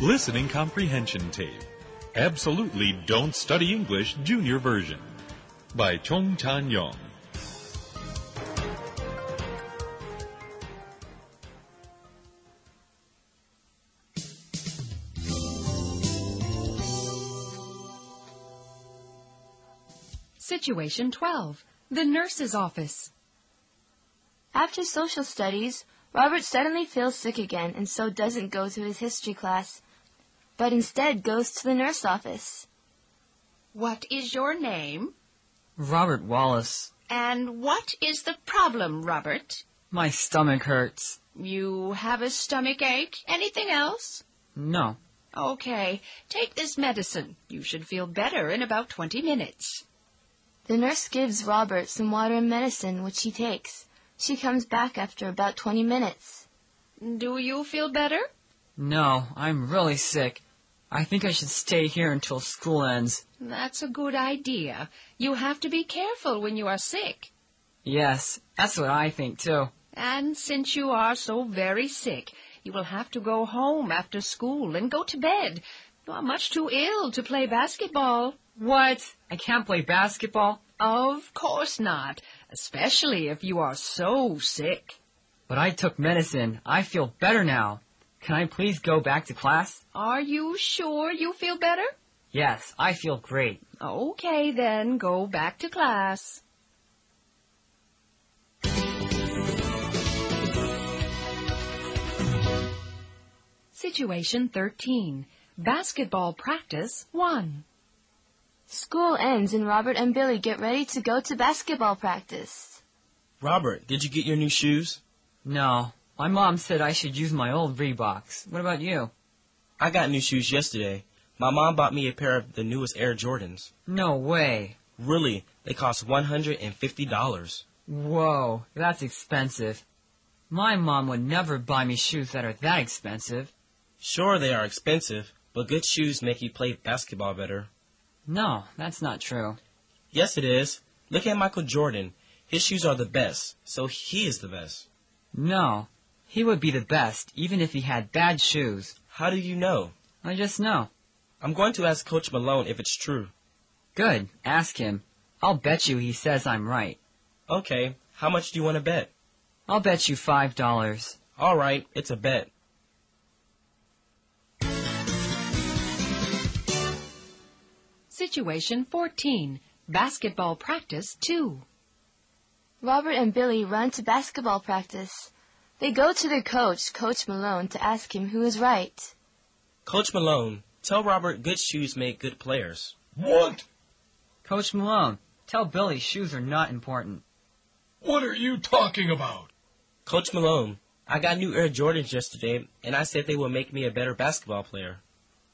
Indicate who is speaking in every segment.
Speaker 1: Listening Comprehension Tape. Absolutely Don't Study English Junior Version by Chong Chan Yong.
Speaker 2: Situation 12. The nurse's office.
Speaker 3: After social studies, Robert suddenly feels sick again and so doesn't go to his history class, but instead goes to the nurse office.
Speaker 4: What is your name?
Speaker 5: Robert Wallace,
Speaker 4: And what is the problem, Robert?
Speaker 5: my stomach hurts.
Speaker 4: You have a stomach ache? Anything else?
Speaker 5: No.
Speaker 4: Okay, take this medicine. You should feel better in about 20 minutes.
Speaker 3: The nurse gives Robert some water and medicine, which he takes. She comes back after about 20 minutes.
Speaker 4: Do you feel better?
Speaker 5: No, I'm really sick. I think I should stay here until school ends.
Speaker 4: That's a good idea. You have to be careful when you are sick.
Speaker 5: Yes, that's what I think too.
Speaker 4: And since you are so very sick, you will have to go home after school and go to bed. You are much too ill to play basketball.
Speaker 5: What? I can't play basketball?
Speaker 4: Of course not, especially if you are so sick.
Speaker 5: But I took medicine. I feel better now. Can I please go back to class?
Speaker 4: Are you sure you feel better?
Speaker 5: Yes, I feel great.
Speaker 4: Okay, then go back to class.
Speaker 2: Situation 13. Basketball practice 1.
Speaker 3: School ends and Robert and Billy get ready to go to basketball practice.
Speaker 6: Robert, did you get your new shoes?
Speaker 5: No, my mom said I should use my old Reeboks. What about you?
Speaker 6: I got new shoes yesterday. My mom bought me a pair of the newest Air Jordans.
Speaker 5: No way.
Speaker 6: Really, they cost $150.
Speaker 5: Whoa, that's expensive. My mom would never buy me shoes that are that expensive.
Speaker 6: Sure, they are expensive, but good shoes make you play basketball better.
Speaker 5: No, that's not true.
Speaker 6: Yes, it is. Look at Michael Jordan. His shoes are the best, so he is the best.
Speaker 5: No, he would be the best even if he had bad shoes.
Speaker 6: How do you know?
Speaker 5: I just know.
Speaker 6: I'm going to ask Coach Malone if it's true.
Speaker 5: Good, ask him. I'll bet you he says I'm right.
Speaker 6: Okay, how much do you want to bet?
Speaker 5: I'll bet you five dollars.
Speaker 6: All right, it's a bet.
Speaker 2: Situation 14. Basketball practice 2.
Speaker 3: Robert and Billy run to basketball practice. They go to their coach, Coach Malone, to ask him who is right.
Speaker 6: Coach Malone, tell Robert good shoes make good players.
Speaker 1: What?
Speaker 5: Coach Malone, tell Billy shoes are not important.
Speaker 1: What are you talking about?
Speaker 6: Coach Malone, I got new Air Jordans yesterday, and I said they will make me a better basketball player.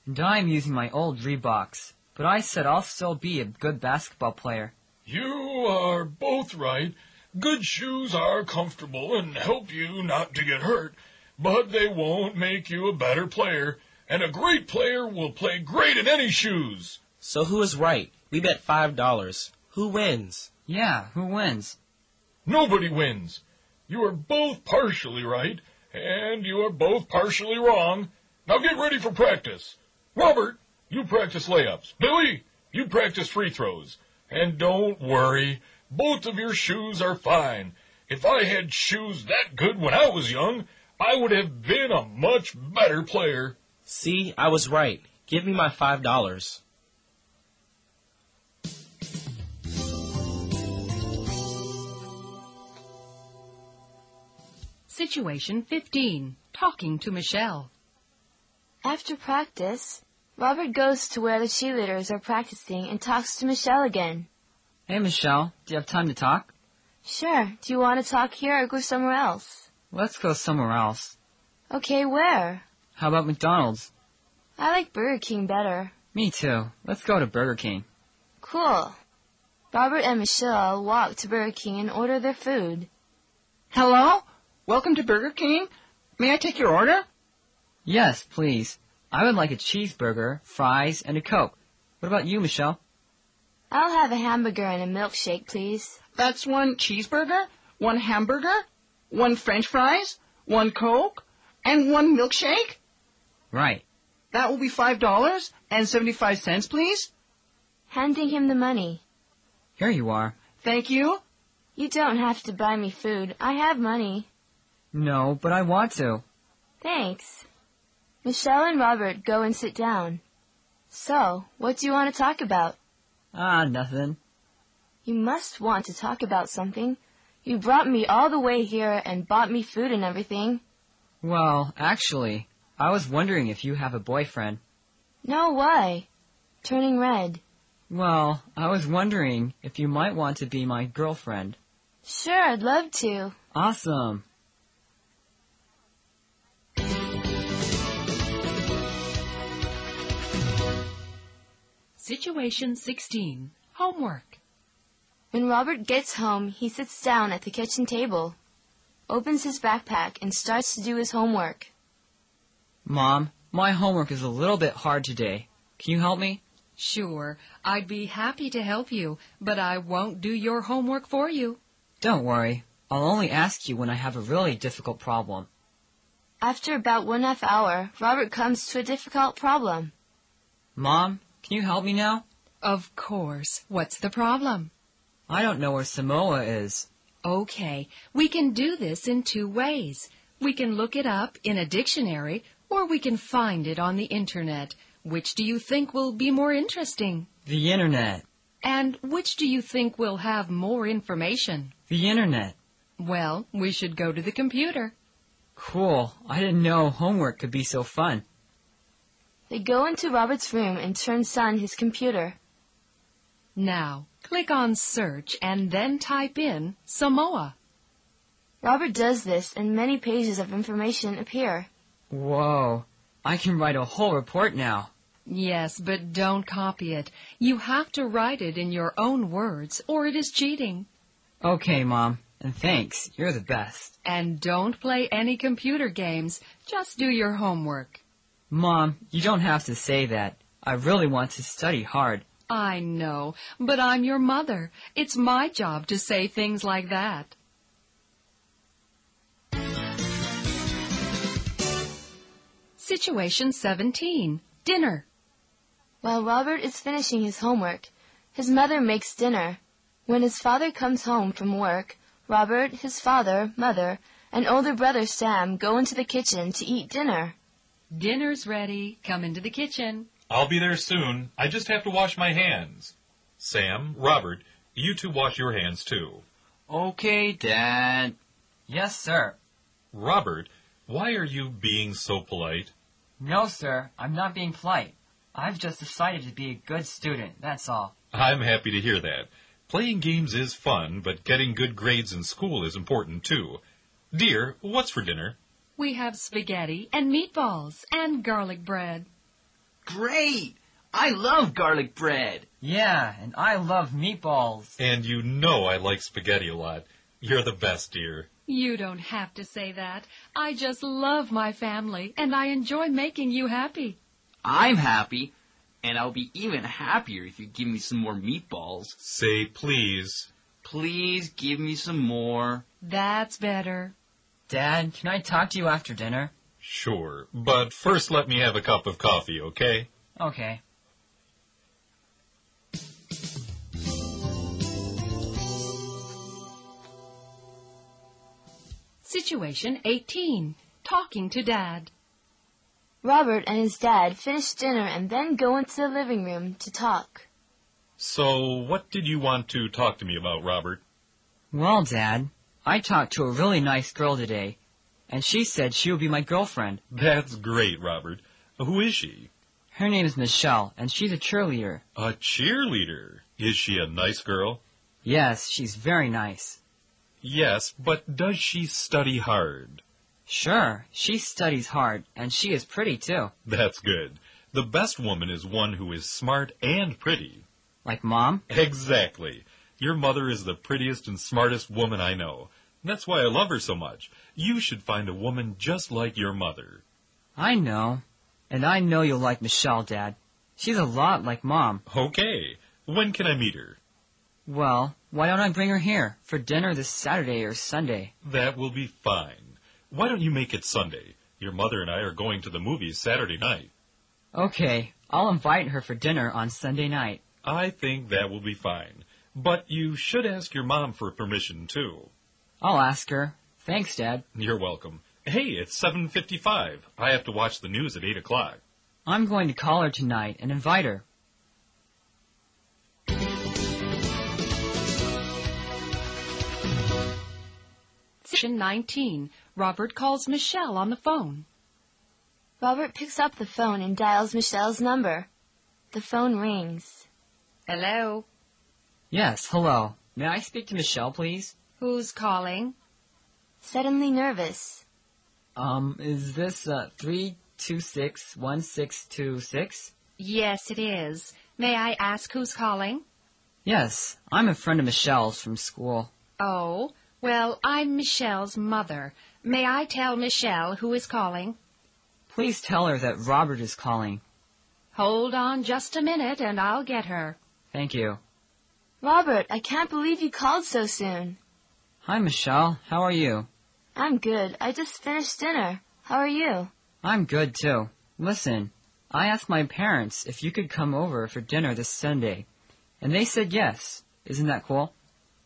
Speaker 5: And I'm using my old Reeboks, but I said I'll still be a good basketball player.
Speaker 7: You are both right. Good shoes are comfortable and help you not to get hurt, but they won't make you a better player, and a great player will play great in any shoes.
Speaker 6: So who is right? We bet five dollars. Who wins?
Speaker 5: Yeah, who wins?
Speaker 7: Nobody wins. You are both partially right, and you are both partially wrong. Now get ready for practice. Robert, you practice layups. Billy, you practice free throws. And don't worry, both of your shoes are fine. If I had shoes that good when I was young, I would have been a much better player.
Speaker 6: See, I was right. Give me my five dollars.
Speaker 2: Situation 15. Talking to Michelle.
Speaker 3: After practice, Robert goes to where the cheerleaders are practicing and talks to Michelle again.
Speaker 5: Hey Michelle, do you have time to talk?
Speaker 3: Sure, do you want to talk here or go somewhere else?
Speaker 5: Let's go somewhere else.
Speaker 3: Okay, where?
Speaker 5: How about McDonald's?
Speaker 3: I like Burger King better.
Speaker 5: Me too. Let's go to Burger King.
Speaker 3: Cool. Robert and Michelle walk to Burger King and order their food.
Speaker 8: Hello? Welcome to Burger King. May I take your order?
Speaker 5: Yes, please. I would like a cheeseburger, fries, and a Coke. What about you, Michelle?
Speaker 3: I'll have a hamburger and a milkshake, please.
Speaker 8: That's one cheeseburger, one hamburger, one french fries, one Coke, and one milkshake.
Speaker 5: Right.
Speaker 8: That will be five dollars and seventy-five cents, please.
Speaker 3: handing him the money.
Speaker 5: Here you are.
Speaker 8: Thank you.
Speaker 3: You don't have to buy me food. I have money.
Speaker 5: No, but I want to.
Speaker 3: Thanks. Michelle and Robert go and sit down. So, what do you want to talk about?
Speaker 5: Ah, nothing.
Speaker 3: You must want to talk about something. You brought me all the way here and bought me food and everything.
Speaker 5: Well, actually, I was wondering if you have a boyfriend.
Speaker 3: No, why? Turning red.
Speaker 5: Well, I was wondering if you might want to be my girlfriend.
Speaker 3: Sure, I'd love to.
Speaker 5: Awesome.
Speaker 2: Situation 16. Homework.
Speaker 3: When Robert gets home, he sits down at the kitchen table, opens his backpack, and starts to do his homework.
Speaker 5: Mom, my homework is a little bit hard today. Can you help me?
Speaker 4: Sure, I'd be happy to help you, but I won't do your homework for you.
Speaker 5: Don't worry. I'll only ask you when I have a really difficult problem.
Speaker 3: After about one half hour, Robert comes to a difficult problem.
Speaker 5: Mom, can you help me now?
Speaker 4: Of course. What's the problem?
Speaker 5: I don't know where Samoa is.
Speaker 4: Okay, we can do this in two ways. We can look it up in a dictionary, or we can find it on the internet. Which do you think will be more interesting?
Speaker 5: The internet.
Speaker 4: And which do you think will have more information?
Speaker 5: The internet.
Speaker 4: Well, we should go to the computer.
Speaker 5: Cool. I didn't know homework could be so fun.
Speaker 3: They go into Robert's room and turns on his computer.
Speaker 4: Now, click on search and then type in Samoa.
Speaker 3: Robert does this, and many pages of information appear.
Speaker 5: Whoa. I can write a whole report now.
Speaker 4: Yes, but don't copy it. You have to write it in your own words or it is cheating.
Speaker 5: Okay, Mom. And thanks. You're the best.
Speaker 4: And don't play any computer games. Just do your homework.
Speaker 5: Mom, you don't have to say that. I really want to study hard.
Speaker 4: I know, but I'm your mother. It's my job to say things like that. Situation 17. Dinner.
Speaker 3: While Robert is finishing his homework, his mother makes dinner. When his father comes home from work, Robert, his father, mother, and older brother Sam go into the kitchen to eat dinner.
Speaker 4: Dinner's ready. Come into the kitchen.
Speaker 1: I'll be there soon. I just have to wash my hands. Sam, Robert, you two wash your hands too.
Speaker 5: Okay, Dad. Yes, sir.
Speaker 1: Robert, why are you being so polite?
Speaker 5: No, sir. I'm not being polite. I've just decided to be a good student. That's all.
Speaker 1: I'm happy to hear that. Playing games is fun, but getting good grades in school is important too. Dear, what's for dinner?
Speaker 4: We have spaghetti and meatballs and garlic bread.
Speaker 8: Great. I love garlic bread.
Speaker 5: Yeah, and I love meatballs.
Speaker 1: And you know I like spaghetti a lot. You're the best, dear.
Speaker 4: You don't have to say that. I just love my family and I enjoy making you happy.
Speaker 9: I'm happy, and I'll be even happier if you give me some more meatballs.
Speaker 1: Say please.
Speaker 9: Please give me some more.
Speaker 4: That's better.
Speaker 5: Dad, can I talk to you after dinner?
Speaker 1: Sure, but first let me have a cup of coffee, okay?
Speaker 5: Okay.
Speaker 4: Situation 18. Talking to Dad.
Speaker 3: Robert and his dad finish dinner and then go into the living room to talk.
Speaker 1: So, what did you want to talk to me about, Robert?
Speaker 5: Well, Dad, I talked to a really nice girl today, and she said she would be my girlfriend.
Speaker 1: That's great, Robert. Who is she?
Speaker 5: Her name is Michelle, and she's a cheerleader.
Speaker 1: A cheerleader. Is she a nice girl?
Speaker 5: Yes, she's very nice.
Speaker 1: Yes, but does she study hard?
Speaker 5: Sure, she studies hard, and she is pretty too.
Speaker 1: That's good. The best woman is one who is smart and pretty.
Speaker 5: Like Mom?
Speaker 1: Exactly. Your mother is the prettiest and smartest woman I know. That's why I love her so much. You should find a woman just like your mother.
Speaker 5: I know. And I know you'll like Michelle, Dad. She's a lot like Mom.
Speaker 1: Okay. When can I meet her?
Speaker 5: Well, why don't I bring her here for dinner this Saturday or Sunday?
Speaker 1: That will be fine. Why don't you make it Sunday? Your mother and I are going to the movies Saturday night.
Speaker 5: Okay, I'll invite her for dinner on Sunday night.
Speaker 1: I think that will be fine. But you should ask your mom for permission too.
Speaker 5: I'll ask her. Thanks, Dad.
Speaker 1: You're welcome. Hey, it's 7.55. I have to watch the news at 8 o'clock.
Speaker 5: I'm going to call her tonight and invite her.
Speaker 4: Section 19. Robert calls Michelle on the phone.
Speaker 3: Robert picks up the phone and dials Michelle's number. The phone rings.
Speaker 4: Hello.
Speaker 5: Yes, hello. May I speak to Michelle, please?
Speaker 4: Who's calling?
Speaker 3: Suddenly nervous.
Speaker 5: Um, is this, uh, 3261626?
Speaker 4: Yes, it is. May I ask who's calling?
Speaker 5: Yes, I'm a friend of Michelle's from school.
Speaker 4: Oh, well, I'm Michelle's mother. May I tell Michelle who is calling?
Speaker 5: Please tell her that Robert is calling.
Speaker 4: Hold on just a minute and I'll get her.
Speaker 5: Thank you.
Speaker 3: Robert, I can't believe you called so soon.
Speaker 5: Hi, Michelle. How are you?
Speaker 3: I'm good. I just finished dinner. How are you?
Speaker 5: I'm good, too. Listen, I asked my parents if you could come over for dinner this Sunday, and they said yes. Isn't that cool?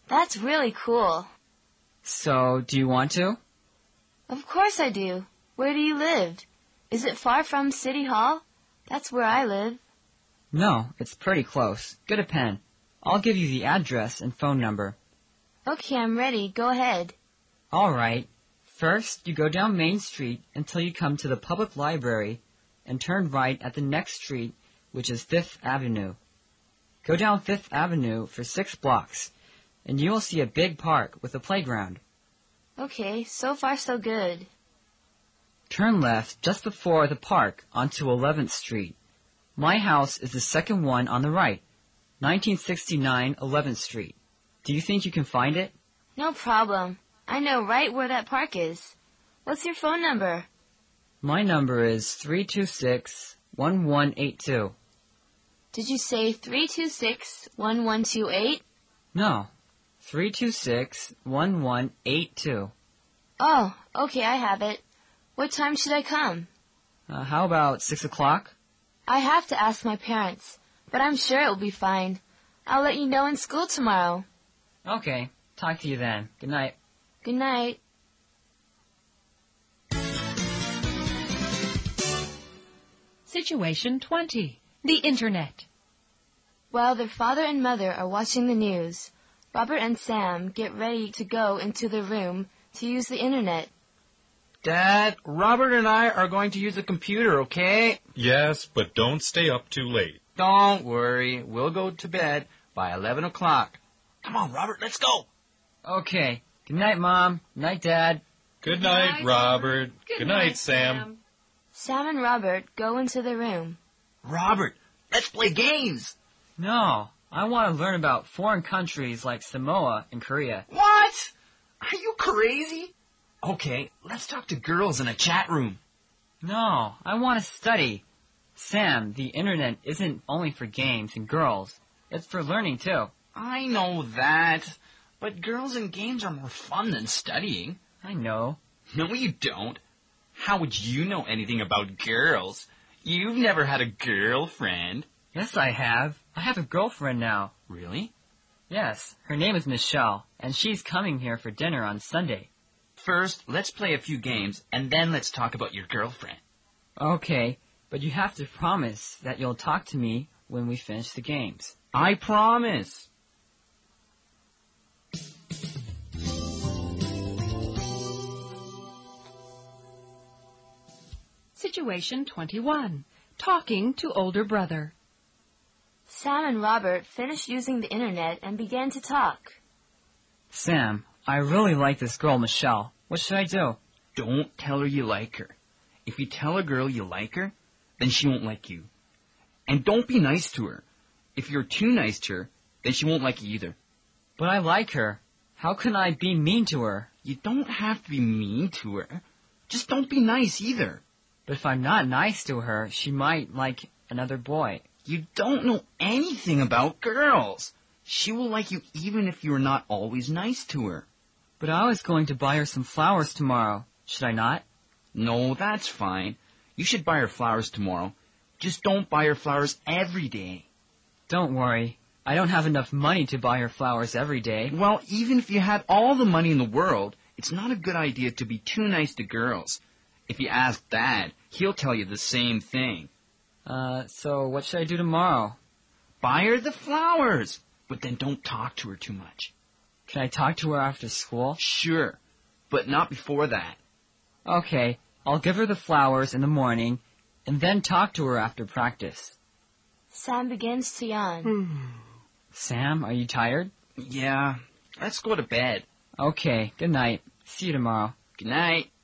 Speaker 3: That's really cool.
Speaker 5: So, do you want to?
Speaker 3: Of course I do. Where do you live? Is it far from City Hall? That's where I live.
Speaker 5: No, it's pretty close. Get a pen. I'll give you the address and phone number.
Speaker 3: Okay, I'm ready. Go ahead.
Speaker 5: All right. First, you go down Main Street until you come to the public library and turn right at the next street, which is Fifth Avenue. Go down Fifth Avenue for six blocks, and you will see a big park with a playground.
Speaker 3: Okay, so far so good.
Speaker 5: Turn left just before the park onto 11th Street. My house is the second one on the right, 1969 11th Street. Do you think you can find it?
Speaker 3: No problem. I know right where that park is. What's your phone number?
Speaker 5: My number is 326 1182.
Speaker 3: Did you say 326 1128?
Speaker 5: No, 326 1182.
Speaker 3: Oh, okay, I have it. What time should I come?
Speaker 5: Uh, how about 6 o'clock?
Speaker 3: I have to ask my parents, but I'm sure it will be fine. I'll let you know in school tomorrow.
Speaker 5: Okay, talk to you then. Good night.
Speaker 3: Good night.
Speaker 4: Situation 20. The Internet.
Speaker 3: While their father and mother are watching the news, Robert and Sam get ready to go into their room to use the internet.
Speaker 8: Dad, Robert and I are going to use the computer, okay?
Speaker 1: Yes, but don't stay up too late.
Speaker 8: Don't worry. We'll go to bed by 11 o'clock. Come on, Robert, let's go.
Speaker 5: Okay, good night, Mom. Night, Dad.
Speaker 1: Good, night, Robert. Good, night, Sam.
Speaker 3: Sam and Robert go into the room.
Speaker 8: Robert, let's play games.
Speaker 5: No, I want to learn about foreign countries like Samoa and Korea.
Speaker 8: What? Are you crazy? Okay, let's talk to girls in a chat room.
Speaker 5: No, I want to study. Sam, the internet isn't only for games and girls. It's for learning too.
Speaker 8: I know
Speaker 9: That. But girls and games are more fun than studying.
Speaker 5: I know.
Speaker 9: No, you don't. How would you know anything about girls? You've never had a girlfriend.
Speaker 5: Yes, I have. I have a girlfriend now.
Speaker 9: Really?
Speaker 5: Yes, her name is Michelle, and she's coming here for dinner on Sunday.
Speaker 9: First, let's play a few games, and then let's talk about your girlfriend.
Speaker 5: Okay, but you have to promise that you'll talk to me when we finish the games.
Speaker 9: I promise.
Speaker 4: Situation 21. Talking to older brother.
Speaker 3: Sam and Robert finish using the internet and begin to talk.
Speaker 5: Sam, I really like this girl, Michelle. What should I do?
Speaker 9: Don't tell her you like her. If you tell a girl you like her, then she won't like you. And don't be nice to her. If you're too nice to her, then she won't like you either.
Speaker 5: But I like her. How can I be mean to her?
Speaker 9: You don't have to be mean to her. Just don't be nice either.
Speaker 5: But if I'm not nice to her, she might like another boy.
Speaker 9: You don't know anything about girls. She will like you even if you're not always nice to her.
Speaker 5: But I was going to buy her some flowers tomorrow. Should I not?
Speaker 9: No, that's fine. You should buy her flowers tomorrow,
Speaker 6: Just don't buy her flowers every day.
Speaker 5: Don't worry. I don't have enough money to buy her flowers every day.
Speaker 6: Well, even if you had all the money in the world, it's not a good idea to be too nice to girls. If you ask Dad, he'll tell you the same thing.
Speaker 5: Uh, so what should I do tomorrow?
Speaker 6: Buy her the flowers, but then don't talk to her too much.
Speaker 5: Can I talk to her after school?
Speaker 6: Sure, but not before that.
Speaker 5: Okay, I'll give her the flowers in the morning and then talk to her after practice.
Speaker 3: Sam begins to yawn.
Speaker 5: Sam, are you tired?
Speaker 6: Yeah, let's go to bed.
Speaker 5: Okay, good night. See you tomorrow.
Speaker 6: Good night.